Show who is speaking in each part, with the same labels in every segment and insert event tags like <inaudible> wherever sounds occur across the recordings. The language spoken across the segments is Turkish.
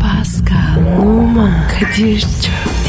Speaker 1: Pascal, Oman, Kadir çok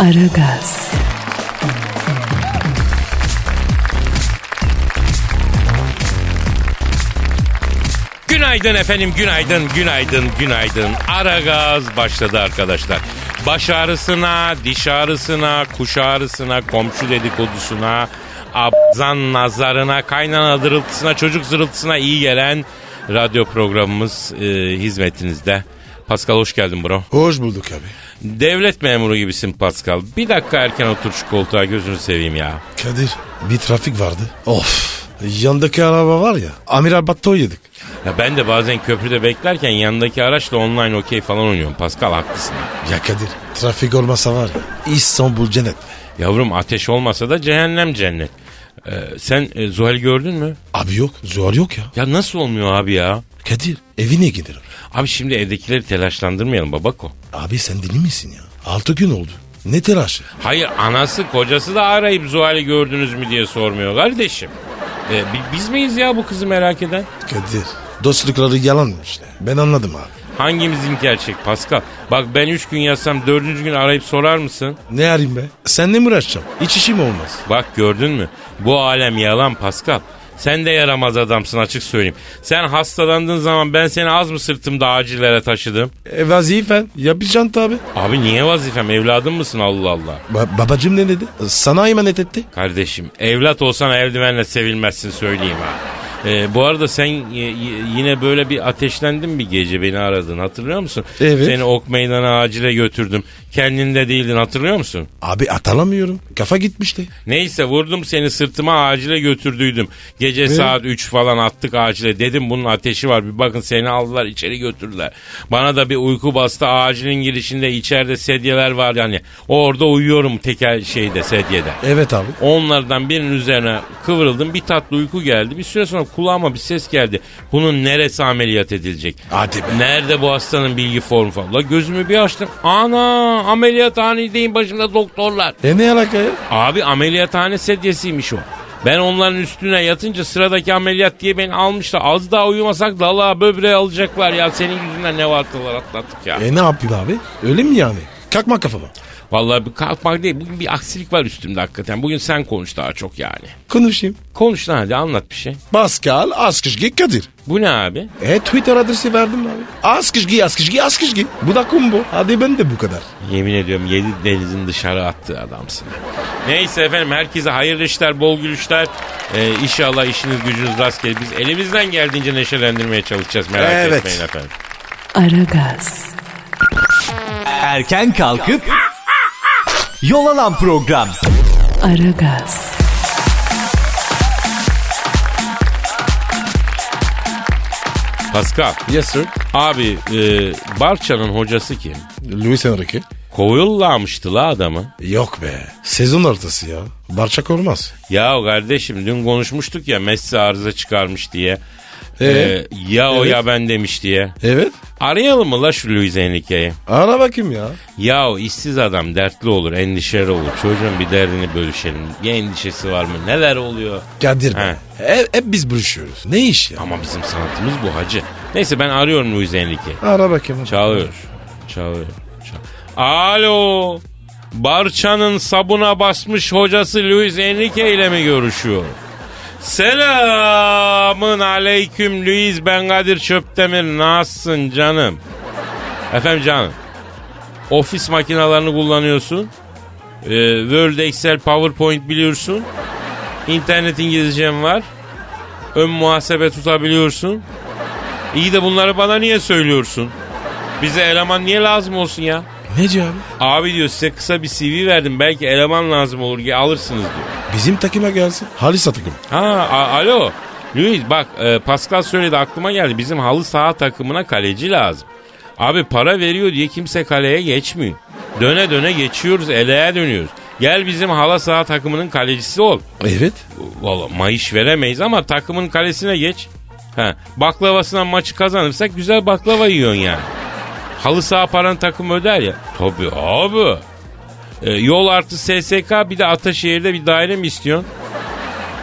Speaker 1: Aragaz,
Speaker 2: Günaydın efendim, günaydın, günaydın, günaydın. Ara gaz başladı arkadaşlar. Baş ağrısına, diş ağrısına, kuş ağrısına, komşu dedikodusuna, abzan nazarına, kaynana dırıltısına, çocuk zırıltısına iyi gelen radyo programımız e, hizmetinizde. Pascal hoş geldin bro.
Speaker 3: Hoş bulduk abi.
Speaker 2: Devlet memuru gibisin Pascal. Bir dakika erken otur şu koltuğa gözünü seveyim ya.
Speaker 3: Kadir bir trafik vardı. Of. Yandaki araba var ya. Amiral Batto yedik.
Speaker 2: ya. Ben de bazen köprüde beklerken yanındaki araçla online okey falan oynuyorum. Pascal haklısın.
Speaker 3: Ya Kadir trafik olmasa var ya. İstanbul cennet.
Speaker 2: Yavrum ateş olmasa da cehennem cennet. Ee, sen e, Zuhal gördün mü?
Speaker 3: Abi yok. Zuhal yok ya.
Speaker 2: Ya nasıl olmuyor abi ya?
Speaker 3: Kadir evine giderim.
Speaker 2: Abi şimdi evdekileri telaşlandırmayalım babako.
Speaker 3: Abi sen deli misin ya? Altı gün oldu. Ne telaşı?
Speaker 2: Hayır anası kocası da arayıp Zuhal'i gördünüz mü diye sormuyor kardeşim. Ee, bi- biz miyiz ya bu kızı merak eden?
Speaker 3: Kadir dostlukları yalanmış. Ben anladım abi.
Speaker 2: Hangimizin gerçek Pascal? Bak ben 3 gün yatsam dördüncü gün arayıp sorar mısın?
Speaker 3: Ne arayayım be? Seninle mi uğraşacağım? Hiç işim olmaz.
Speaker 2: Bak gördün mü? Bu alem yalan Pascal. Sen de yaramaz adamsın açık söyleyeyim. Sen hastalandığın zaman ben seni az mı sırtımda acillere taşıdım?
Speaker 3: E vazifen. Yapacaksın tabi.
Speaker 2: Abi niye vazifem evladım mısın Allah Allah?
Speaker 3: Ba- babacım ne dedi? Sana emanet etti.
Speaker 2: Kardeşim evlat olsan eldivenle sevilmezsin söyleyeyim ha. Ee, bu arada sen y- y- yine böyle bir ateşlendin bir gece beni aradın hatırlıyor musun?
Speaker 3: Evet.
Speaker 2: Seni ok meydana acile götürdüm. Kendinde değildin hatırlıyor musun?
Speaker 3: Abi atalamıyorum. Kafa gitmişti.
Speaker 2: Neyse vurdum seni sırtıma acile götürdüydüm. Gece saat 3 falan attık acile. Dedim bunun ateşi var bir bakın seni aldılar içeri götürdüler. Bana da bir uyku bastı acilin girişinde içeride sedyeler var yani. Orada uyuyorum teker şeyde sedyede.
Speaker 3: Evet abi.
Speaker 2: Onlardan birinin üzerine kıvrıldım. Bir tatlı uyku geldi. Bir süre sonra kulağıma bir ses geldi. Bunun neresi ameliyat edilecek?
Speaker 3: Hadi be.
Speaker 2: Nerede bu hastanın bilgi formu falan? La gözümü bir açtım. Ana ameliyathanedeyim başımda doktorlar.
Speaker 3: E ne alaka ya?
Speaker 2: Abi ameliyathane sedyesiymiş o. Ben onların üstüne yatınca sıradaki ameliyat diye beni almışlar. Az daha uyumasak dalağa böbreğe alacaklar ya. Senin yüzünden ne vartılar atlattık ya.
Speaker 3: E ne yapayım abi? Öyle mi yani? Kalkma kafama.
Speaker 2: Vallahi bir kalkmak değil. Bugün bir aksilik var üstümde hakikaten. Bugün sen konuş daha çok yani.
Speaker 3: Konuşayım.
Speaker 2: Konuş lan hadi anlat bir şey.
Speaker 3: Pascal Askışgi Kadir.
Speaker 2: Bu ne abi?
Speaker 3: E Twitter adresi verdim abi. Askışgi Askışgi Askışgi. Bu da kumbu. Hadi ben de bu kadar.
Speaker 2: Yemin ediyorum yedi denizin dışarı attığı adamsın. Neyse efendim herkese hayırlı işler, bol gülüşler. Ee, inşallah işiniz gücünüz rast gelir. Biz elimizden geldiğince neşelendirmeye çalışacağız. Merak
Speaker 3: Evet.
Speaker 2: etmeyin efendim.
Speaker 1: Aragaz,
Speaker 4: Erken kalkıp yol alan program.
Speaker 1: Aragaz,
Speaker 2: Pascal
Speaker 3: Yes sir.
Speaker 2: abi e, Barça'nın hocası kim?
Speaker 3: Luis Enrique.
Speaker 2: Koyullamıştı la adamı.
Speaker 3: Yok be. Sezon ortası ya. Barçak olmaz.
Speaker 2: Ya kardeşim dün konuşmuştuk ya Messi arıza çıkarmış diye.
Speaker 3: E,
Speaker 2: Ee, ya o
Speaker 3: evet.
Speaker 2: ya ben demiş diye.
Speaker 3: evet.
Speaker 2: Arayalım mı la şu Luis Enrique'yi?
Speaker 3: Ara bakayım ya.
Speaker 2: Yahu işsiz adam dertli olur, endişeli olur. Çocuğun bir derdini bölüşelim. Ya endişesi var mı? Neler oluyor?
Speaker 3: Kadir
Speaker 2: He.
Speaker 3: be. Hep, hep biz buluşuyoruz. Ne iş ya?
Speaker 2: Ama bizim sanatımız bu hacı. Neyse ben arıyorum Luis Enrique.
Speaker 3: Ara bakayım.
Speaker 2: Çalıyor. Çalıyor. Çal- Alo. Barça'nın sabuna basmış hocası Luis Enrique ile mi görüşüyor? Selamın aleyküm Luis ben Kadir Çöptemir. Nasılsın canım? Efendim canım. Ofis makinalarını kullanıyorsun. Ee, Word, Excel, PowerPoint biliyorsun. İnternet İngilizcem var. Ön muhasebe tutabiliyorsun. İyi de bunları bana niye söylüyorsun? Bize eleman niye lazım olsun ya?
Speaker 3: Neci abi?
Speaker 2: Abi diyor size kısa bir CV verdim belki eleman lazım olur ki alırsınız diyor.
Speaker 3: Bizim takıma gelsin. Halis takım.
Speaker 2: Ha a- alo. Luis bak e, Pascal söyledi aklıma geldi. Bizim halı saha takımına kaleci lazım. Abi para veriyor diye kimse kaleye geçmiyor. Döne döne geçiyoruz, eleğe dönüyoruz. Gel bizim hala saha takımının kalecisi ol.
Speaker 3: Evet.
Speaker 2: Valla mayış veremeyiz ama takımın kalesine geç. Ha, baklavasından maçı kazanırsak güzel baklava yiyorsun yani. Halı saha paran takım öder ya. Tabii abi. E, yol artı SSK bir de Ataşehir'de bir daire mi istiyorsun?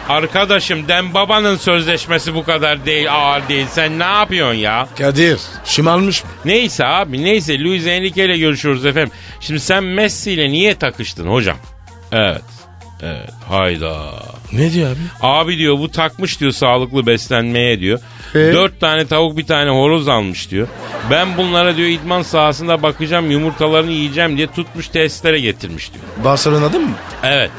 Speaker 2: Arkadaşım Dem Baba'nın sözleşmesi bu kadar değil ağır değil. Sen ne yapıyorsun ya?
Speaker 3: Kadir şımarmış mı?
Speaker 2: Neyse abi neyse Luis Enrique ile görüşüyoruz efendim. Şimdi sen Messi ile niye takıştın hocam? Evet. Evet. Hayda.
Speaker 3: Ne diyor abi?
Speaker 2: Abi diyor bu takmış diyor sağlıklı beslenmeye diyor. Dört tane tavuk bir tane horoz almış diyor. Ben bunlara diyor idman sahasında bakacağım yumurtalarını yiyeceğim diye tutmuş tesislere getirmiş diyor.
Speaker 3: Barcelona'da mı?
Speaker 2: Evet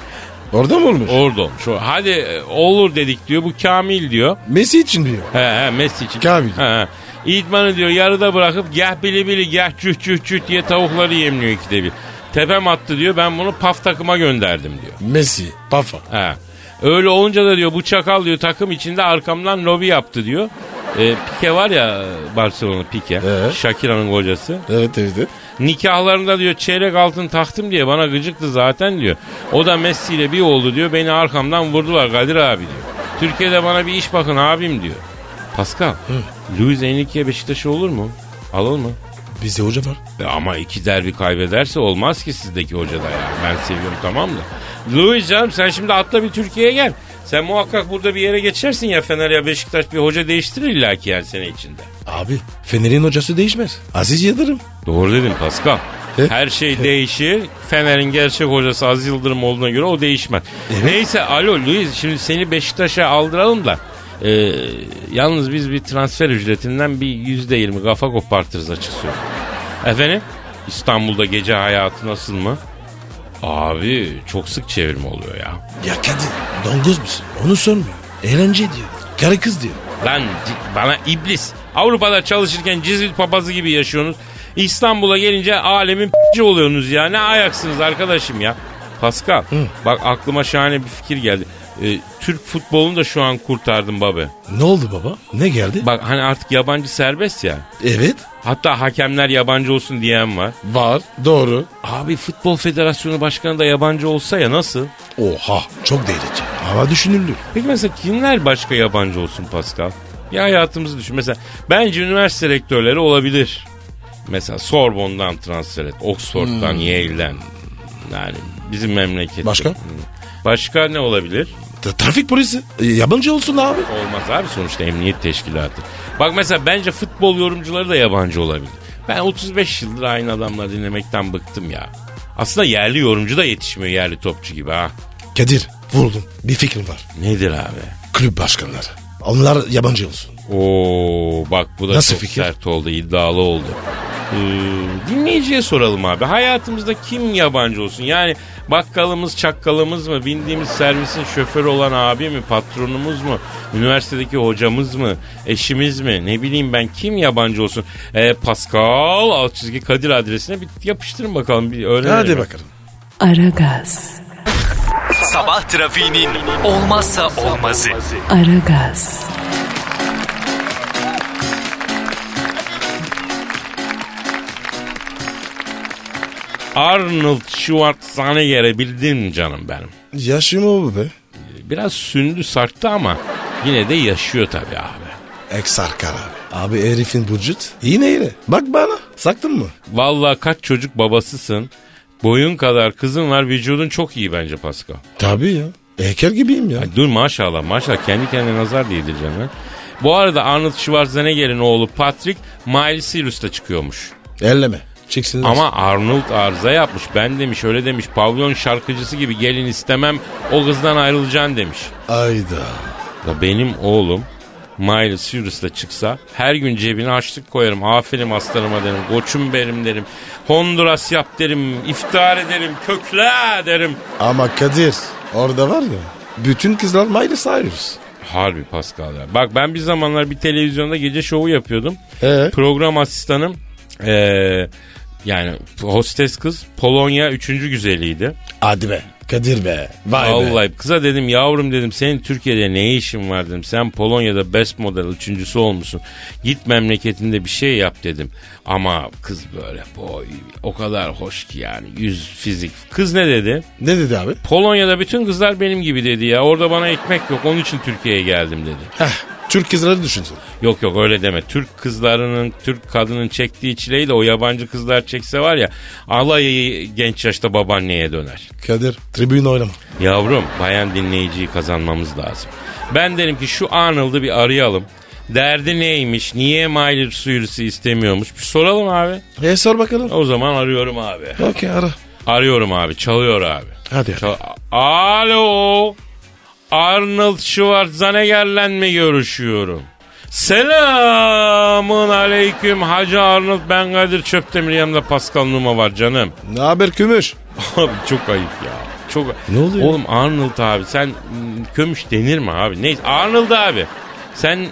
Speaker 3: Orada mı olmuş?
Speaker 2: orada olmuş. O- Hadi e, olur dedik diyor bu Kamil diyor.
Speaker 3: Messi için diyor.
Speaker 2: He he Messi için.
Speaker 3: Kamil.
Speaker 2: He, he. İdmanı diyor yarıda bırakıp gah bili bili gah cüh cüh cüh diye tavukları yemliyor ikide bir. Tepem attı diyor ben bunu paf takıma gönderdim diyor.
Speaker 3: Messi. Pafa.
Speaker 2: Ha. Öyle olunca da diyor bu çakal diyor takım içinde arkamdan lobi yaptı diyor. E, Pike var ya Barcelona Pike.
Speaker 3: Ee?
Speaker 2: Shakira'nın kocası.
Speaker 3: Evet evet. evet.
Speaker 2: Nikahlarında diyor çeyrek altın taktım diye bana gıcıktı zaten diyor. O da Messi ile bir oldu diyor. Beni arkamdan vurdular Kadir abi diyor. Türkiye'de bana bir iş bakın abim diyor. Pascal. Luis Enrique Beşiktaş'ı olur mu? Alır mı?
Speaker 3: Bizde hoca var.
Speaker 2: E ama iki derbi kaybederse olmaz ki sizdeki hocada ya. Ben seviyorum tamam da. Louis canım sen şimdi atla bir Türkiye'ye gel. Sen muhakkak burada bir yere geçersin ya Fener ya Beşiktaş bir hoca değiştirir illa ki yani sene içinde.
Speaker 3: Abi Fener'in hocası değişmez. Aziz Yıldırım.
Speaker 2: Doğru dedin Pascal.
Speaker 3: He?
Speaker 2: Her şey değişir. Fener'in gerçek hocası Aziz Yıldırım olduğuna göre o değişmez. Neyse alo Luis şimdi seni Beşiktaş'a aldıralım da. e, yalnız biz bir transfer ücretinden bir yüzde yirmi kafa kopartırız açık söyleyeyim. Efendim İstanbul'da gece hayatı nasıl mı? Abi çok sık çevirme oluyor ya.
Speaker 3: Ya Kadir donguz musun? Onu sormuyor. Eğlence diyor. Karı kız diyor.
Speaker 2: Lan c- bana iblis. Avrupa'da çalışırken cizvit papazı gibi yaşıyorsunuz. İstanbul'a gelince alemin p***ci oluyorsunuz ya. Ne ayaksınız arkadaşım ya. Pascal bak aklıma şahane bir fikir geldi. Ee, Türk futbolunu da şu an kurtardım baba.
Speaker 3: Ne oldu baba? Ne geldi?
Speaker 2: Bak hani artık yabancı serbest ya.
Speaker 3: Evet.
Speaker 2: Hatta hakemler yabancı olsun diyen var.
Speaker 3: Var. Doğru.
Speaker 2: Abi Futbol Federasyonu Başkanı da yabancı olsa ya nasıl?
Speaker 3: Oha. Çok delici. Ama düşünülür.
Speaker 2: Peki mesela kimler başka yabancı olsun Pascal? Bir hayatımızı düşün. Mesela bence üniversite rektörleri olabilir. Mesela Sorbon'dan transfer et. Oxford'dan, Yale'den. Yani bizim memleket.
Speaker 3: Başka?
Speaker 2: Başka ne olabilir?
Speaker 3: Ta- trafik polisi. E, yabancı olsun abi.
Speaker 2: Olmaz abi sonuçta emniyet teşkilatı. Bak mesela bence futbol yorumcuları da yabancı olabilir. Ben 35 yıldır aynı adamları dinlemekten bıktım ya. Aslında yerli yorumcu da yetişmiyor yerli topçu gibi ha.
Speaker 3: Kadir vurdum. Bir fikrim var.
Speaker 2: Nedir abi?
Speaker 3: Kulüp başkanları. Onlar yabancı olsun.
Speaker 2: Oo bak bu da
Speaker 3: Nasıl
Speaker 2: çok
Speaker 3: fikir?
Speaker 2: sert oldu, iddialı oldu. Ee, dinleyiciye soralım abi. Hayatımızda kim yabancı olsun? Yani bakkalımız, çakkalımız mı? Bindiğimiz servisin şoförü olan abi mi? Patronumuz mu? Üniversitedeki hocamız mı? Eşimiz mi? Ne bileyim ben kim yabancı olsun? Ee, Pascal alt çizgi Kadir adresine bir yapıştırın bakalım. Bir öğrenelim.
Speaker 3: Hadi bakalım.
Speaker 1: Aragaz,
Speaker 4: Sabah trafiğinin olmazsa olmazı.
Speaker 1: Aragaz,
Speaker 2: Arnold Schwarzenegger'i bildin canım benim.
Speaker 3: Yaşım o be.
Speaker 2: Biraz sündü sarktı ama yine de yaşıyor tabii abi.
Speaker 3: Eksar kara. Abi herifin vücut iyi neydi? Bak bana. Saktın mı?
Speaker 2: Vallahi kaç çocuk babasısın. Boyun kadar kızın var vücudun çok iyi bence Pascal.
Speaker 3: Tabii ya. Heykel gibiyim ya.
Speaker 2: Ay dur maşallah maşallah kendi kendine nazar değdireceksin lan. Bu arada Arnold Schwarzenegger'in oğlu Patrick Miles Cyrus'ta çıkıyormuş.
Speaker 3: Elleme. Çıksın.
Speaker 2: Ama Arnold arıza yapmış. Ben demiş öyle demiş pavyon şarkıcısı gibi gelin istemem o kızdan ayrılacaksın demiş.
Speaker 3: Ayda.
Speaker 2: Ya benim oğlum Miley Cyrus'la çıksa her gün cebine açlık koyarım. Aferin aslanıma derim. Koçum benim derim. Honduras yap derim. iftar ederim. Kökle derim.
Speaker 3: Ama Kadir orada var ya. Bütün kızlar Miley Cyrus.
Speaker 2: Harbi Pascal ya. Bak ben bir zamanlar bir televizyonda gece şovu yapıyordum.
Speaker 3: Ee?
Speaker 2: Program asistanım ee, eee, yani hostes kız Polonya 3. güzeliydi.
Speaker 3: Hadi be. Kadir be. Vay be.
Speaker 2: Vallahi kıza dedim yavrum dedim senin Türkiye'de ne işin var dedim. Sen Polonya'da best model üçüncüsü olmuşsun. Git memleketinde bir şey yap dedim. Ama kız böyle boy o kadar hoş ki yani yüz fizik. Kız ne dedi?
Speaker 3: Ne dedi abi?
Speaker 2: Polonya'da bütün kızlar benim gibi dedi ya. Orada bana ekmek yok onun için Türkiye'ye
Speaker 3: <laughs>
Speaker 2: geldim dedi.
Speaker 3: Heh, Türk kızları düşünsün.
Speaker 2: Yok yok öyle deme. Türk kızlarının, Türk kadının çektiği çileyi de o yabancı kızlar çekse var ya alayı genç yaşta babaanneye döner.
Speaker 3: Kadir tribün oynama.
Speaker 2: Yavrum bayan dinleyiciyi kazanmamız lazım. Ben derim ki şu Arnold'u bir arayalım. Derdi neymiş? Niye Maylir suyurusu istemiyormuş? Bir soralım abi.
Speaker 3: E sor bakalım.
Speaker 2: O zaman arıyorum abi.
Speaker 3: Okey ara.
Speaker 2: Arıyorum abi. Çalıyor abi.
Speaker 3: Hadi.
Speaker 2: Çal- Alo. Arnold Schwarzenegger'le mi görüşüyorum? Selamın aleyküm Hacı Arnold ben Kadir Çöptemir yanımda Pascal Numa var canım.
Speaker 3: Ne haber Kümüş?
Speaker 2: <laughs> Abi çok ayıp ya. Çok
Speaker 3: Ne oluyor?
Speaker 2: Oğlum Arnold abi sen m, kömüş denir mi abi? Neyse Arnold abi. Sen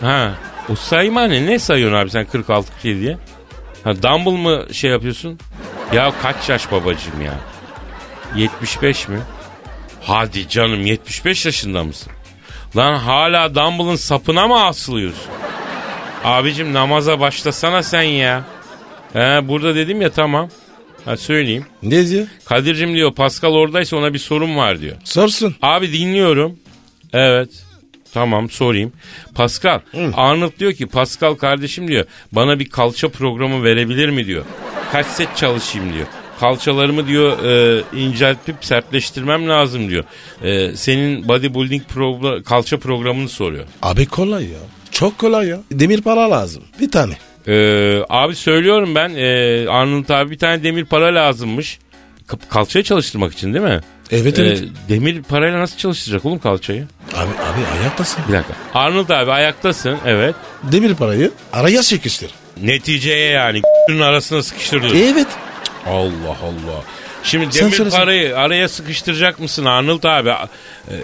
Speaker 2: ha o sayma ne? Ne sayıyorsun abi sen 46 47 diye? Ha Dumble mı şey yapıyorsun? Ya kaç yaş babacığım ya? 75 mi? Hadi canım 75 yaşında mısın? Lan hala Dumble'ın sapına mı asılıyorsun? Abicim namaza başlasana sen ya. He burada dedim ya tamam. Ha söyleyeyim.
Speaker 3: Ne diyor?
Speaker 2: Kadir'cim diyor Pascal oradaysa ona bir sorun var diyor.
Speaker 3: Sorsun.
Speaker 2: Abi dinliyorum. Evet. Tamam sorayım. Pascal. Arnold diyor ki Pascal kardeşim diyor bana bir kalça programı verebilir mi diyor. Kaç set çalışayım diyor. Kalçalarımı diyor e, inceltip sertleştirmem lazım diyor. E, senin bodybuilding progra- kalça programını soruyor.
Speaker 3: Abi kolay ya. Çok kolay ya. Demir para lazım. Bir tane.
Speaker 2: Ee, abi söylüyorum ben e, Arnold abi bir tane demir para lazımmış. Ka- kalçayı çalıştırmak için değil mi?
Speaker 3: Evet, evet.
Speaker 2: Demir parayla nasıl çalıştıracak oğlum kalçayı?
Speaker 3: Abi abi ayaktasın.
Speaker 2: Bir dakika. Arnold abi ayaktasın evet.
Speaker 3: Demir parayı araya sıkıştır.
Speaker 2: Neticeye yani <laughs> ***'ün arasına sıkıştırıyor.
Speaker 3: Evet.
Speaker 2: Allah Allah. Şimdi
Speaker 3: E? Sen
Speaker 2: demir
Speaker 3: söylesene.
Speaker 2: parayı araya sıkıştıracak mısın Arnold abi? A- e,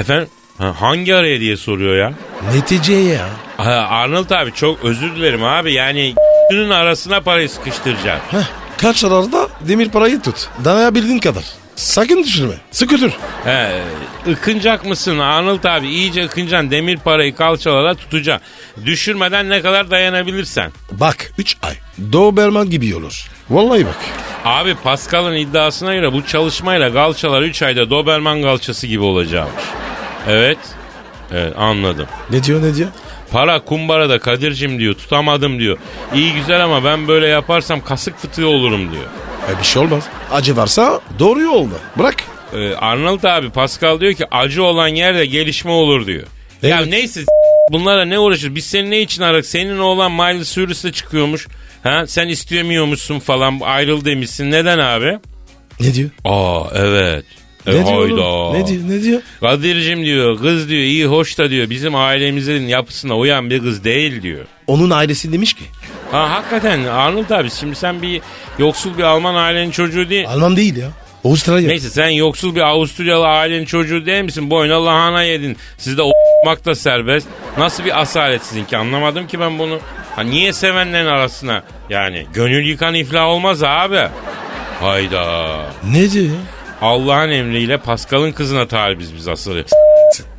Speaker 2: efendim Ha, hangi araya diye soruyor ya.
Speaker 3: Neticeye ya.
Speaker 2: Ha, Arnold abi çok özür dilerim abi yani <laughs> ***'ün arasına parayı sıkıştıracak.
Speaker 3: Heh. Kaç arada demir parayı tut. Danayabildiğin kadar. Sakın düşürme. Sıkıtır.
Speaker 2: He, ıkınacak mısın Arnold abi? İyice ıkınacaksın. Demir parayı kalçalara tutacaksın. Düşürmeden ne kadar dayanabilirsen.
Speaker 3: Bak 3 ay. Doberman gibi olur. Vallahi bak.
Speaker 2: Abi Pascal'ın iddiasına göre bu çalışmayla kalçalar 3 ayda Doberman kalçası gibi olacakmış. Evet. Evet anladım.
Speaker 3: Ne diyor ne diyor?
Speaker 2: Para kumbarada Kadir'cim diyor tutamadım diyor. İyi güzel ama ben böyle yaparsam kasık fıtığı olurum diyor.
Speaker 3: E bir şey olmaz. Acı varsa doğru yolda. Bırak.
Speaker 2: Ee, Arnold abi Pascal diyor ki acı olan yerde gelişme olur diyor. Ya
Speaker 3: Evet.
Speaker 2: neyse s- bunlara ne uğraşır? Biz seni ne için aradık? Senin oğlan Miley Cyrus'la çıkıyormuş. Ha sen istemiyormuşsun falan ayrıl demişsin. Neden abi?
Speaker 3: Ne diyor?
Speaker 2: Aa evet. E,
Speaker 3: ne diyor?
Speaker 2: hayda.
Speaker 3: oğlum? Ne diyor? Ne diyor?
Speaker 2: Kadir'cim diyor kız diyor iyi hoş da diyor bizim ailemizin yapısına uyan bir kız değil diyor.
Speaker 3: Onun ailesi demiş ki.
Speaker 2: Ha hakikaten Arnold abi şimdi sen bir yoksul bir Alman ailenin çocuğu değil.
Speaker 3: Alman değil ya. Avustralya.
Speaker 2: Neyse sen yoksul bir Avusturyalı ailenin çocuğu değil misin? Boyuna lahana yedin. Sizde o**mak <laughs> da serbest. Nasıl bir asalet sizinki anlamadım ki ben bunu. Ha niye sevenlerin arasına? Yani gönül yıkan iflah olmaz abi. Hayda.
Speaker 3: Ne diyor ya?
Speaker 2: Allah'ın emriyle Pascal'ın kızına talibiz biz asıl.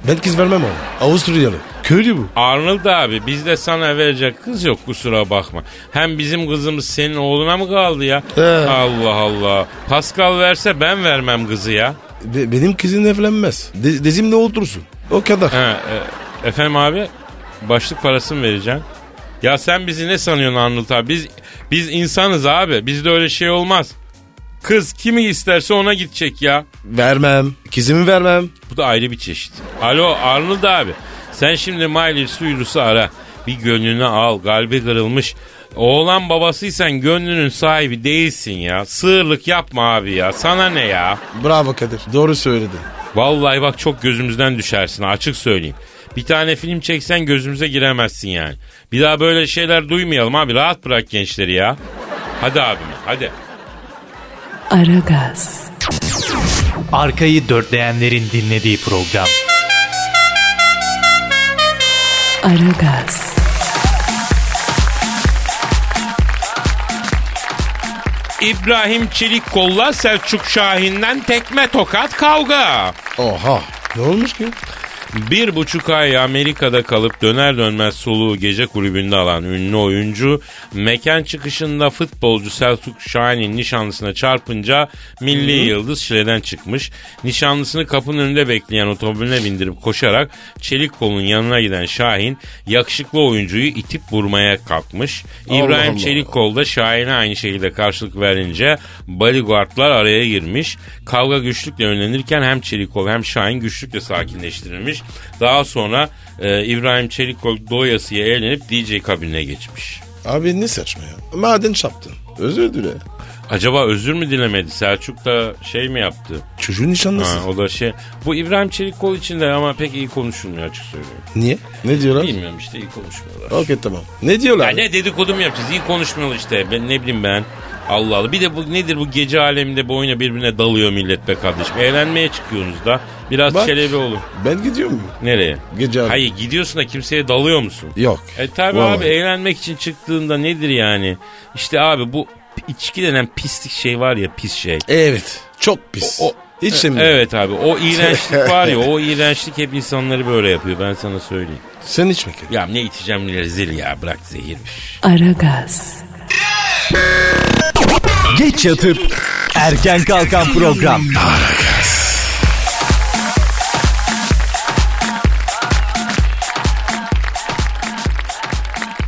Speaker 3: Ben kız vermem ona. Avusturyalı. Köylü bu.
Speaker 2: Arnold abi bizde sana verecek kız yok kusura bakma. Hem bizim kızımız senin oğluna mı kaldı ya?
Speaker 3: He.
Speaker 2: Allah Allah. Pascal verse ben vermem kızı ya.
Speaker 3: Be- benim kızın evlenmez. De- dizimle otursun. O kadar.
Speaker 2: Ha, e, efendim abi başlık parası mı vereceksin? Ya sen bizi ne sanıyorsun Arnold abi? Biz, biz insanız abi. Bizde öyle şey olmaz. Kız kimi isterse ona gidecek ya.
Speaker 3: Vermem. Kızımı vermem.
Speaker 2: Bu da ayrı bir çeşit. Alo Arnold abi. Sen şimdi Miley Cyrus'u ara. Bir gönlünü al. Kalbi kırılmış. Oğlan babasıysan gönlünün sahibi değilsin ya. Sığırlık yapma abi ya. Sana ne ya?
Speaker 3: Bravo Kadir. Doğru söyledin.
Speaker 2: Vallahi bak çok gözümüzden düşersin açık söyleyeyim. Bir tane film çeksen gözümüze giremezsin yani. Bir daha böyle şeyler duymayalım abi rahat bırak gençleri ya. Hadi abim hadi.
Speaker 1: Aragaz,
Speaker 4: Arkayı dörtleyenlerin dinlediği program.
Speaker 1: Aragaz,
Speaker 2: İbrahim Çelikkol'la Selçuk Şahin'den tekme tokat kavga.
Speaker 3: Oha. Ne olmuş ki?
Speaker 2: Bir buçuk ay Amerika'da kalıp döner dönmez soluğu gece kulübünde alan ünlü oyuncu mekan çıkışında futbolcu Selçuk Şahin'in nişanlısına çarpınca milli yıldız şileden çıkmış. Nişanlısını kapının önünde bekleyen otomobiline bindirip koşarak çelik kolun yanına giden Şahin yakışıklı oyuncuyu itip vurmaya kalkmış. İbrahim
Speaker 3: Allah.
Speaker 2: Çelik kolda Şahin'e aynı şekilde karşılık verince bodyguardlar araya girmiş. Kavga güçlükle önlenirken hem Çelikol hem Şahin güçlükle sakinleştirilmiş. Daha sonra e, İbrahim Çelikol doyasıya eğlenip DJ kabinine geçmiş.
Speaker 3: Abi ne saçma ya? Maden çaptın. Özür dile.
Speaker 2: Acaba özür mü dilemedi? Selçuk da şey mi yaptı?
Speaker 3: Çocuğun nişanlısı.
Speaker 2: Ha, o da şey. Bu İbrahim Çelikkol için de ama pek iyi konuşulmuyor açık söylüyorum.
Speaker 3: Niye? Ne diyorlar?
Speaker 2: Bilmiyorum işte iyi konuşmuyorlar.
Speaker 3: Okey tamam. Ne diyorlar?
Speaker 2: Ya ne dedikodu mu yapacağız? İyi konuşmuyorlar işte. Ben ne bileyim ben. Allah Allah. Bir de bu nedir bu gece aleminde bu oyuna birbirine dalıyor millet be kardeşim. Eğlenmeye çıkıyorsunuz da. Biraz
Speaker 3: Bak.
Speaker 2: çelebi olur.
Speaker 3: Ben gidiyor muyum?
Speaker 2: Nereye?
Speaker 3: Gece alemi.
Speaker 2: Hayır gidiyorsun da kimseye dalıyor musun?
Speaker 3: Yok.
Speaker 2: E tabi
Speaker 3: Vallahi.
Speaker 2: abi eğlenmek için çıktığında nedir yani? İşte abi bu içki denen pislik şey var ya pis şey.
Speaker 3: Evet. Çok pis.
Speaker 2: O- o-
Speaker 3: Hiç sevmiyorum.
Speaker 2: Evet abi o
Speaker 3: <laughs>
Speaker 2: iğrençlik var ya o iğrençlik hep insanları böyle yapıyor ben sana söyleyeyim.
Speaker 3: Sen içme ki.
Speaker 2: Ya ne içeceğim ne rezil ya bırak zehirmiş.
Speaker 1: Aragaz,
Speaker 4: Geç yatıp erken kalkan program.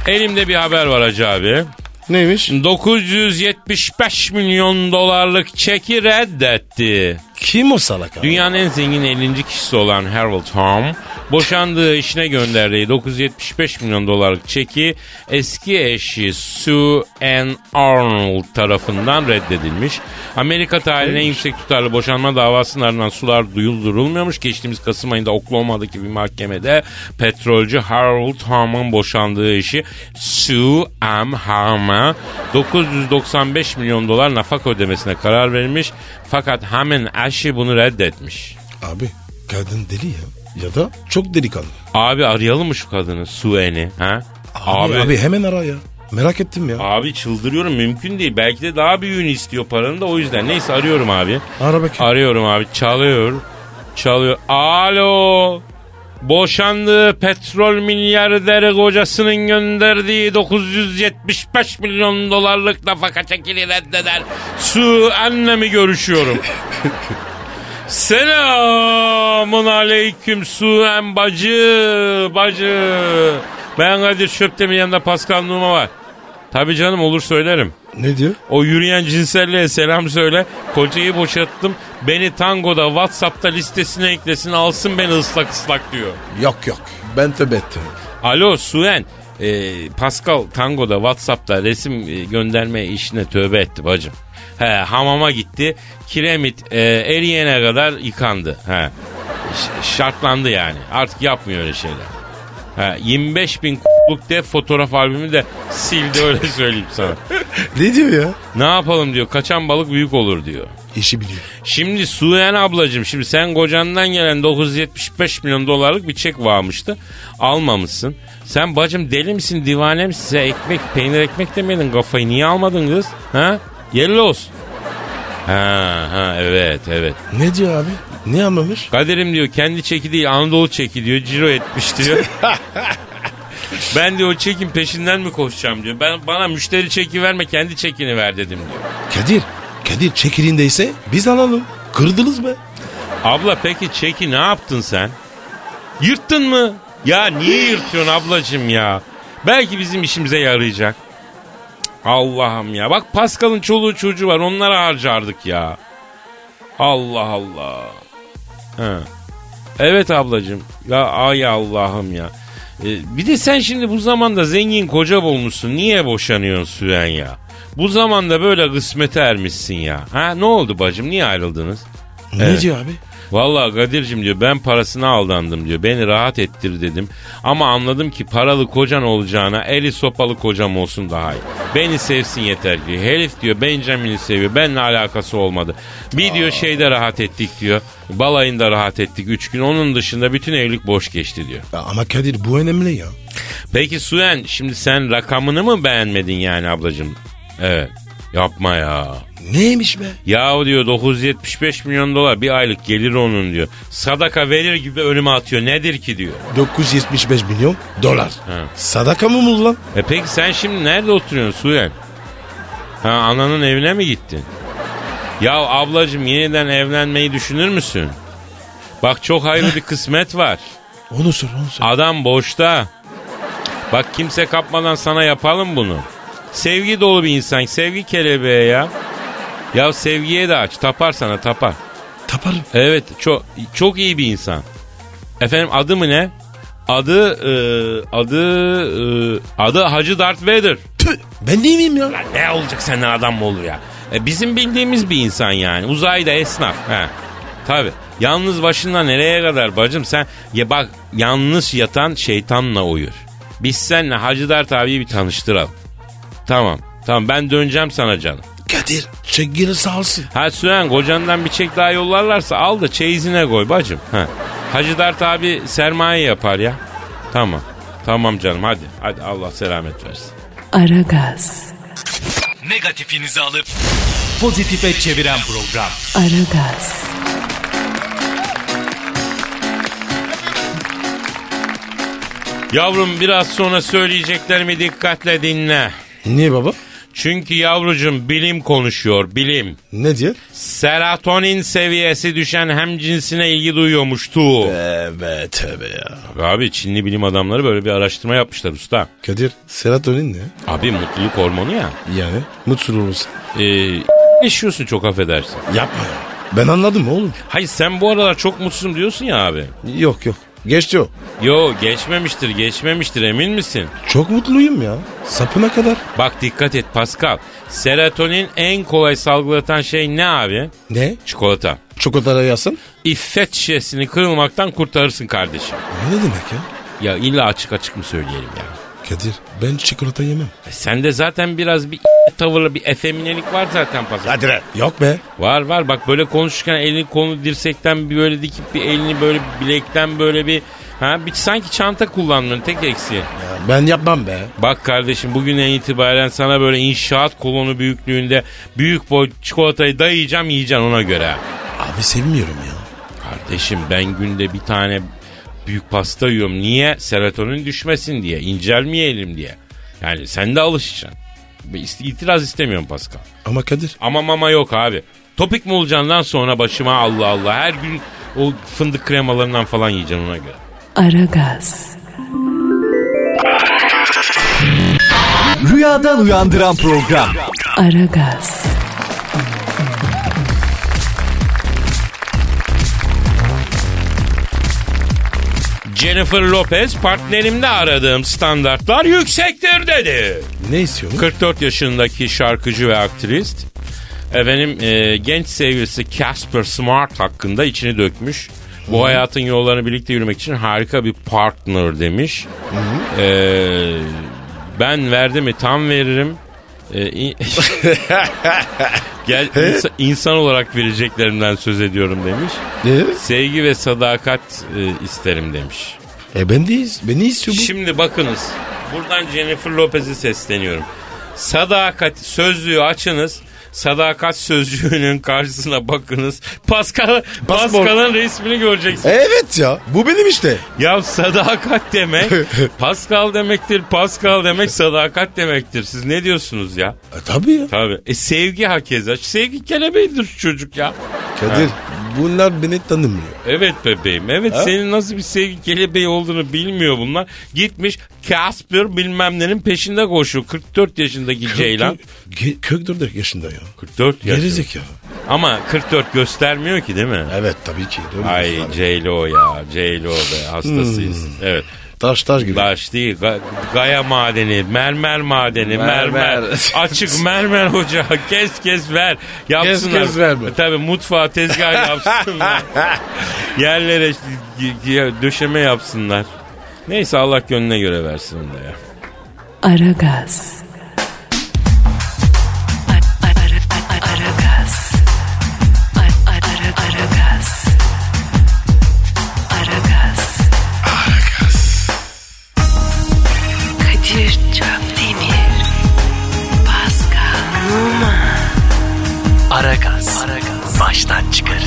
Speaker 2: Elimde bir haber var Hacı abi.
Speaker 3: Neymiş?
Speaker 2: 975 milyon dolarlık çeki reddetti.
Speaker 3: Kim o salak abi?
Speaker 2: Dünyanın en zengin 50. kişisi olan Harold Holm boşandığı işine gönderdiği 975 milyon dolarlık çeki eski eşi Sue Ann Arnold tarafından reddedilmiş. Amerika tarihinin en yüksek tutarlı boşanma davasının ardından sular duyuldurulmuyormuş. Geçtiğimiz Kasım ayında Oklahoma'daki bir mahkemede petrolcü Harold Holm'un boşandığı eşi Sue Ann Holm'a 995 milyon dolar nafaka ödemesine karar verilmiş. Fakat Ham'ın eşi bunu reddetmiş.
Speaker 3: Abi kadın deli ya. Ya da çok delikanlı.
Speaker 2: Abi arayalım mı şu kadını Suen'i? Ha?
Speaker 3: Abi, abi, hemen ara ya. Merak ettim ya.
Speaker 2: Abi çıldırıyorum mümkün değil. Belki de daha büyüğünü istiyor paranın da o yüzden. Neyse arıyorum abi.
Speaker 3: Ara bakayım.
Speaker 2: Arıyorum abi çalıyor. Çalıyor. Alo. Boşandığı petrol milyarderi kocasının gönderdiği 975 milyon dolarlık nafaka çekili reddeder. Su annemi görüşüyorum. Selamun aleyküm Suem bacı bacı. Ben Kadir Şöptemir yanında Pascal Numa var. Tabii canım olur söylerim.
Speaker 3: Ne diyor?
Speaker 2: O yürüyen cinselliğe selam söyle. Kocayı boşattım. Beni tangoda Whatsapp'ta listesine eklesin alsın beni ıslak ıslak diyor.
Speaker 3: Yok yok. Ben tövbe ettim.
Speaker 2: Alo Suen. e, Pascal tangoda Whatsapp'ta resim e, gönderme işine tövbe etti bacım. He, hamama gitti. Kiremit e, eriyene kadar yıkandı. He. Ş- şartlandı yani. Artık yapmıyor öyle şeyler. He, 25 bin k***luk de fotoğraf albümü de sildi öyle söyleyeyim sana.
Speaker 3: Ne diyor ya?
Speaker 2: Ne yapalım diyor. Kaçan balık büyük olur diyor.
Speaker 3: İşi biliyor.
Speaker 2: Şimdi Suyen ablacığım şimdi sen kocandan gelen 975 milyon dolarlık bir çek varmıştı. Almamışsın. Sen bacım deli misin divane misin? Sen ekmek peynir ekmek demedin kafayı niye almadın kız? Ha? Yerli olsun. Ha ha evet evet.
Speaker 3: Ne diyor abi? Ne anlamış?
Speaker 2: Kaderim diyor kendi çeki değil Anadolu çeki diyor ciro etmiş diyor. ben diyor o çekin peşinden mi koşacağım diyor. Ben bana müşteri çeki verme kendi çekini ver dedim diyor.
Speaker 3: Kadir. Kadir çekirindeyse biz alalım. Kırdınız be.
Speaker 2: Abla peki çeki ne yaptın sen? Yırttın mı? Ya niye yırtıyorsun ablacığım ya? Belki bizim işimize yarayacak. Cık, Allah'ım ya. Bak Pascal'ın çoluğu çocuğu var. Onlara harcardık ya. Allah Allah. Ha. Evet ablacığım. Ya ay Allah'ım ya. Ee, bir de sen şimdi bu zamanda zengin koca bulmuşsun. Niye boşanıyorsun Süren ya? Bu zamanda böyle kısmete ermişsin ya. Ha ne oldu bacım? Niye ayrıldınız?
Speaker 3: Ne
Speaker 2: Evet.
Speaker 3: diyor abi?
Speaker 2: Vallahi Kadir'cim diyor ben parasına aldandım diyor. Beni rahat ettir dedim. Ama anladım ki paralı kocan olacağına eli sopalı kocam olsun daha iyi. Beni sevsin yeter ki. Herif diyor Benjamin'i seviyor. Benimle alakası olmadı. Bir diyor şeyde rahat ettik diyor. Balayında rahat ettik 3 gün. Onun dışında bütün evlilik boş geçti diyor.
Speaker 3: Ya ama Kadir bu önemli ya.
Speaker 2: Peki Suen şimdi sen rakamını mı beğenmedin yani ablacığım? Evet. Yapma ya.
Speaker 3: Neymiş be?
Speaker 2: Yahu diyor 975 milyon dolar bir aylık gelir onun diyor. Sadaka verir gibi önüme atıyor. Nedir ki diyor.
Speaker 3: 975 milyon dolar. Sadaka mı mı lan?
Speaker 2: E peki sen şimdi nerede oturuyorsun Suyen? Ha ananın evine mi gittin? Ya ablacım yeniden evlenmeyi düşünür müsün? Bak çok hayırlı bir kısmet var.
Speaker 3: Onu sor onu sor.
Speaker 2: Adam boşta. Bak kimse kapmadan sana yapalım bunu. Sevgi dolu bir insan. Sevgi kelebeği ya. Ya sevgiye de aç. Tapar sana tapar.
Speaker 3: Taparım.
Speaker 2: Evet çok çok iyi bir insan. Efendim adı mı ne? Adı e, adı e, adı Hacı Darth Vader.
Speaker 3: Tüh, ben değil miyim ya?
Speaker 2: Ne olacak senden adam mı olur ya? E, bizim bildiğimiz bir insan yani. Uzayda esnaf. He. Tabii. Yalnız başına nereye kadar bacım sen? Ya bak yalnız yatan şeytanla uyur. Biz seninle Hacı Dert abiyi bir tanıştıralım. Tamam. Tamam ben döneceğim sana canım.
Speaker 3: Kadir çek geri sağ olsun.
Speaker 2: Ha Süren kocandan bir çek daha yollarlarsa al da çeyizine koy bacım. Ha. Hacı Dert abi sermaye yapar ya. Tamam. Tamam canım hadi. Hadi Allah selamet versin.
Speaker 1: Aragaz,
Speaker 4: Negatifinizi alıp pozitife çeviren program.
Speaker 1: Aragaz,
Speaker 2: Yavrum biraz sonra söyleyeceklerimi dikkatle dinle.
Speaker 3: Niye baba?
Speaker 2: Çünkü yavrucum bilim konuşuyor bilim.
Speaker 3: Ne diyor?
Speaker 2: Serotonin seviyesi düşen hem cinsine ilgi duyuyormuştu.
Speaker 3: Evet tövbe ya.
Speaker 2: Abi Çinli bilim adamları böyle bir araştırma yapmışlar usta.
Speaker 3: Kadir serotonin ne?
Speaker 2: Abi mutluluk hormonu ya.
Speaker 3: Yani mutsuz olursun.
Speaker 2: Ee, işiyorsun çok affedersin.
Speaker 3: Yapma ya. Ben anladım oğlum.
Speaker 2: Hayır sen bu aralar çok mutsuzum diyorsun ya abi.
Speaker 3: Yok yok. Geçti o.
Speaker 2: Yo geçmemiştir geçmemiştir emin misin?
Speaker 3: Çok mutluyum ya. Sapına kadar.
Speaker 2: Bak dikkat et Pascal. Serotonin en kolay salgılatan şey ne abi?
Speaker 3: Ne?
Speaker 2: Çikolata.
Speaker 3: Çikolataya yazsın.
Speaker 2: İffet şişesini kırılmaktan kurtarırsın kardeşim.
Speaker 3: Ne demek ya?
Speaker 2: Ya illa açık açık mı söyleyelim ya?
Speaker 3: Kadir ben çikolata yemem.
Speaker 2: E Sende zaten biraz bir tavırlı bir efeminelik var zaten Pascal.
Speaker 3: Yok be.
Speaker 2: Var var bak böyle konuşurken elini kolunu dirsekten bir böyle dikip bir elini böyle bilekten böyle bir ha bir sanki çanta kullanmıyorsun tek eksiği.
Speaker 3: Ya ben yapmam be.
Speaker 2: Bak kardeşim bugünden itibaren sana böyle inşaat kolonu büyüklüğünde büyük boy çikolatayı dayayacağım yiyeceksin ona göre.
Speaker 3: Abi sevmiyorum ya.
Speaker 2: Kardeşim ben günde bir tane büyük pasta yiyorum. Niye? Serotonin düşmesin diye, incelmeyelim diye. Yani sen de alışacaksın. Bir ist- İtiraz istemiyorum Pascal.
Speaker 3: Ama Kadir
Speaker 2: Ama mama yok abi. Topik mi olacaksın sonra başıma Allah Allah. Her gün o fındık kremalarından falan yiyeceksin ona göre.
Speaker 1: Aragaz,
Speaker 4: Rüyadan uyandıran program.
Speaker 1: Aragaz,
Speaker 2: Jennifer Lopez partnerimde aradığım standartlar yüksektir dedi.
Speaker 3: ne istiyorsun?
Speaker 2: 44 yaşındaki şarkıcı ve aktrist. Efendim e, genç sevgilisi Casper Smart hakkında içini dökmüş. Bu hayatın yollarını birlikte yürümek için harika bir partner demiş. E, ben verdi mi tam veririm. E, i- Gel insa- insan olarak vereceklerimden söz ediyorum demiş.
Speaker 3: Ne?
Speaker 2: Sevgi ve sadakat e, isterim demiş.
Speaker 3: E ben deyiz. Ben ne istiyor bu?
Speaker 2: Şimdi bakınız. Buradan Jennifer Lopez'e sesleniyorum. Sadakat sözlüğü açınız. Sadakat sözcüğünün karşısına bakınız. Pascal,
Speaker 3: Pasbol.
Speaker 2: Pascal'ın
Speaker 3: <laughs>
Speaker 2: resmini göreceksiniz.
Speaker 3: Evet ya. Bu benim işte.
Speaker 2: Ya sadakat demek Pascal demektir. Pascal demek sadakat demektir. Siz ne diyorsunuz ya?
Speaker 3: E, tabii ya.
Speaker 2: Tabii. E sevgi hakeza. Sevgi kelebeğidir şu çocuk ya.
Speaker 3: Kadir bunlar beni tanımıyor.
Speaker 2: Evet bebeğim. Evet senin nasıl bir sevgi kelebeği olduğunu bilmiyor bunlar. Gitmiş Casper bilmem nenin peşinde koşuyor. 44 yaşındaki Ceylan.
Speaker 3: Ge- Kök dördek yaşında ya.
Speaker 2: 44 yaşında.
Speaker 3: Gerizekalı.
Speaker 2: Ama 44 göstermiyor ki değil mi?
Speaker 3: Evet tabii ki. Doğru
Speaker 2: Ay
Speaker 3: diyorsun abi.
Speaker 2: Ceylo ya. Ceylo be hastasıyız. Evet.
Speaker 3: Taş taş gibi.
Speaker 2: Taş değil. ga- gaya madeni, mermer madeni, mermer.
Speaker 3: Mermer. <laughs>
Speaker 2: Açık mermer ocağı kes kes ver. Yapsınlar. E,
Speaker 3: Kes kes ver mi?
Speaker 2: Tabii mutfağa tezgah
Speaker 3: <laughs>
Speaker 2: yapsınlar. Yerlere işte gi- gi- döşeme yapsınlar. Neyse Allah gönlüne göre versin onu da ya.
Speaker 1: Aragaz. Ar- ar- ar- ar- Aragaz. Ar- ar- ar- Aragaz. Aragaz. Kadir Çöptemir. Pascal Numa. Aragaz. Aragaz. Baştan çıkarır.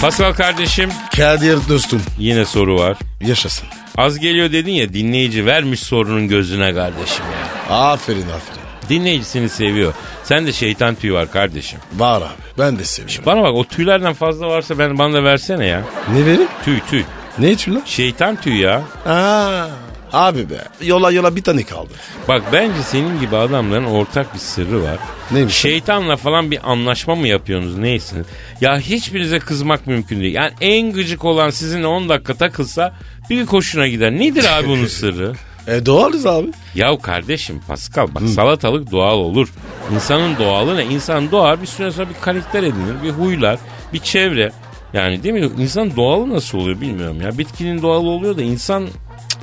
Speaker 2: Pascal kardeşim
Speaker 3: Kadir dostum
Speaker 2: yine soru var.
Speaker 3: yaşasın.
Speaker 2: Az geliyor dedin ya dinleyici vermiş sorunun gözüne kardeşim ya.
Speaker 3: Aferin aferin.
Speaker 2: Dinleyicisini seviyor. Sen de şeytan tüyü var kardeşim.
Speaker 3: Var abi ben de seviyorum.
Speaker 2: Bana bak o tüylerden fazla varsa ben bana da versene ya.
Speaker 3: Ne verim?
Speaker 2: Tüy tüy.
Speaker 3: Ne için lan?
Speaker 2: Şeytan tüyü ya.
Speaker 3: Aa, abi be yola yola bir tane kaldı.
Speaker 2: Bak bence senin gibi adamların ortak bir sırrı var.
Speaker 3: Neymiş?
Speaker 2: Şeytanla falan bir anlaşma mı yapıyorsunuz neysiniz? Ya hiçbirinize kızmak mümkün değil. Yani en gıcık olan sizinle 10 dakika takılsa bir koşuna gider. Nedir abi bunun sırrı?
Speaker 3: E doğarız abi.
Speaker 2: Ya kardeşim Pascal bak salatalık doğal olur. İnsanın doğalı ne? İnsan doğar bir süre sonra bir karakter edinir, bir huylar, bir çevre. Yani değil mi? İnsan doğalı nasıl oluyor bilmiyorum ya. Bitkinin doğalı oluyor da insan cık,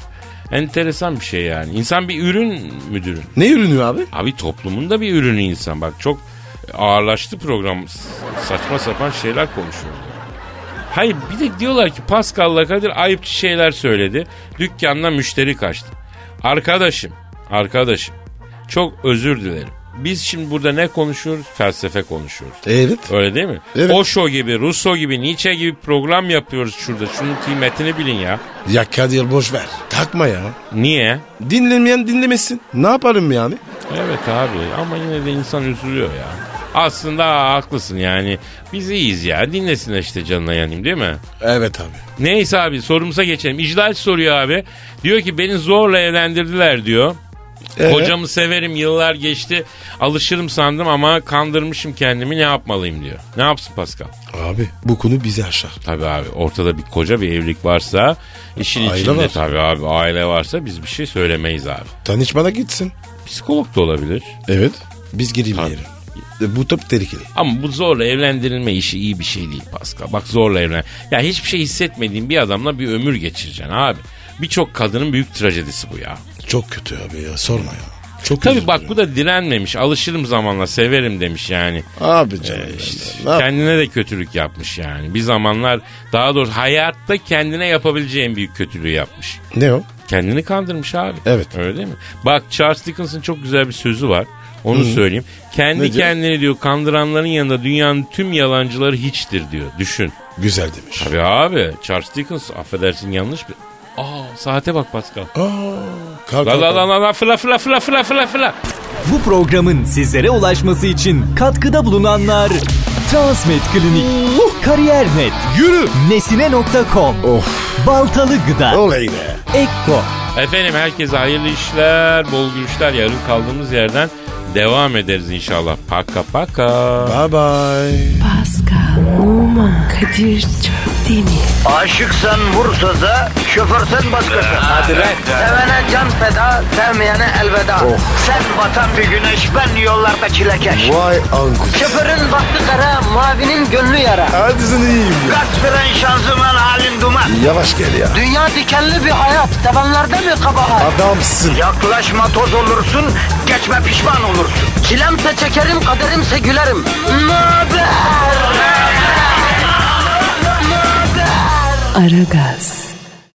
Speaker 2: enteresan bir şey yani. İnsan bir ürün müdürü.
Speaker 3: Ne ürünü abi?
Speaker 2: Abi toplumun da bir ürünü insan. Bak çok ağırlaştı program. S- Saçma sapan şeyler konuşuyoruz. Hayır bir de diyorlar ki Pascal'la Kadir ayıpçı şeyler söyledi. Dükkandan müşteri kaçtı. Arkadaşım, arkadaşım çok özür dilerim. Biz şimdi burada ne konuşuyoruz? Felsefe konuşuyoruz.
Speaker 3: Evet.
Speaker 2: Öyle değil mi?
Speaker 3: Evet.
Speaker 2: Osho gibi, Russo gibi, Nietzsche gibi program yapıyoruz şurada. Şunun kıymetini bilin ya.
Speaker 3: Ya Kadir boş ver. Takma ya.
Speaker 2: Niye?
Speaker 3: Dinlemeyen dinlemesin. Ne yaparım yani?
Speaker 2: Evet abi ama yine de insan üzülüyor ya. Aslında haklısın yani. Biz iyiyiz ya. Dinlesinler işte canına yanayım değil mi?
Speaker 3: Evet abi.
Speaker 2: Neyse abi sorumuza geçelim. İclal soruyor abi. Diyor ki beni zorla evlendirdiler diyor.
Speaker 3: Ee?
Speaker 2: Kocamı severim yıllar geçti. Alışırım sandım ama kandırmışım kendimi ne yapmalıyım diyor. Ne yapsın Pascal?
Speaker 3: Abi bu konu bizi aşar.
Speaker 2: Tabii abi ortada bir koca bir evlilik varsa işin
Speaker 3: Aile
Speaker 2: içinde
Speaker 3: var.
Speaker 2: tabii abi aile varsa biz bir şey söylemeyiz abi.
Speaker 3: Tanışmana gitsin.
Speaker 2: Psikolog da olabilir.
Speaker 3: Evet. Biz girelim
Speaker 2: Tabii.
Speaker 3: yere. E, Bu top tehlikeli.
Speaker 2: Ama bu zorla evlendirilme işi iyi bir şey değil Pascal. Bak zorla evlen. Ya hiçbir şey hissetmediğin bir adamla bir ömür geçireceksin abi. Birçok kadının büyük trajedisi bu ya.
Speaker 3: Çok kötü abi ya sorma ya. Çok
Speaker 2: Tabii
Speaker 3: üzücü
Speaker 2: bak
Speaker 3: ya.
Speaker 2: bu da direnmemiş. Alışırım zamanla severim demiş yani.
Speaker 3: Abi canım.
Speaker 2: İşte
Speaker 3: ya, ne yap-
Speaker 2: kendine de kötülük yapmış yani. Bir zamanlar daha doğrusu hayatta kendine yapabileceğin büyük kötülüğü yapmış.
Speaker 3: ne o?
Speaker 2: Kendini kandırmış abi.
Speaker 3: Evet.
Speaker 2: Öyle değil mi? Bak Charles Dickens'ın çok güzel bir sözü var. Onu söyleyeyim. Kendi
Speaker 3: Ne diyor?
Speaker 2: kendini diyor kandıranların yanında dünyanın tüm yalancıları hiçtir diyor. Düşün.
Speaker 3: Güzel demiş.
Speaker 2: Tabii abi. Charles Dickens affedersin yanlış bir... Aa saate bak Pascal.
Speaker 3: Aa, kalk,
Speaker 2: La
Speaker 3: kalk, kalk.
Speaker 2: la la la la fıla fıla fıla fıla fıla fıla.
Speaker 4: Bu programın sizlere ulaşması için katkıda bulunanlar Transmed Klinik, Kariyer.net,
Speaker 3: Yürü.
Speaker 4: Nesine.com,
Speaker 3: Of.
Speaker 4: Baltalı Gıda,
Speaker 3: Olay be.
Speaker 4: Ekko.
Speaker 2: Efendim herkese hayırlı işler, bol gülüşler. Yarın kaldığımız yerden devam ederiz inşallah. Paka paka.
Speaker 3: Bye bye.
Speaker 1: Pascal, Numan, Kadir çok değil mi?
Speaker 5: Aşıksan vursa da, şoförsen başkasın. Hadi Sevene can feda, sevmeyene elveda. Sen batan bir güneş, ben yollarda çilekeş.
Speaker 3: Vay anku.
Speaker 5: Şoförün baktı kara, mavinin gönlü yara.
Speaker 3: Hadi sen iyiyim ya.
Speaker 5: Kasperen şanzıman halin duman.
Speaker 3: Yavaş gel ya.
Speaker 5: Dünya dikenli bir hayat, sevenlerde mi kabahar?
Speaker 3: Adamsın.
Speaker 5: Yaklaşma toz olursun, geçme pişman olursun. Çilemse çekerim, kaderimse gülerim. Möber!
Speaker 1: Aragaz.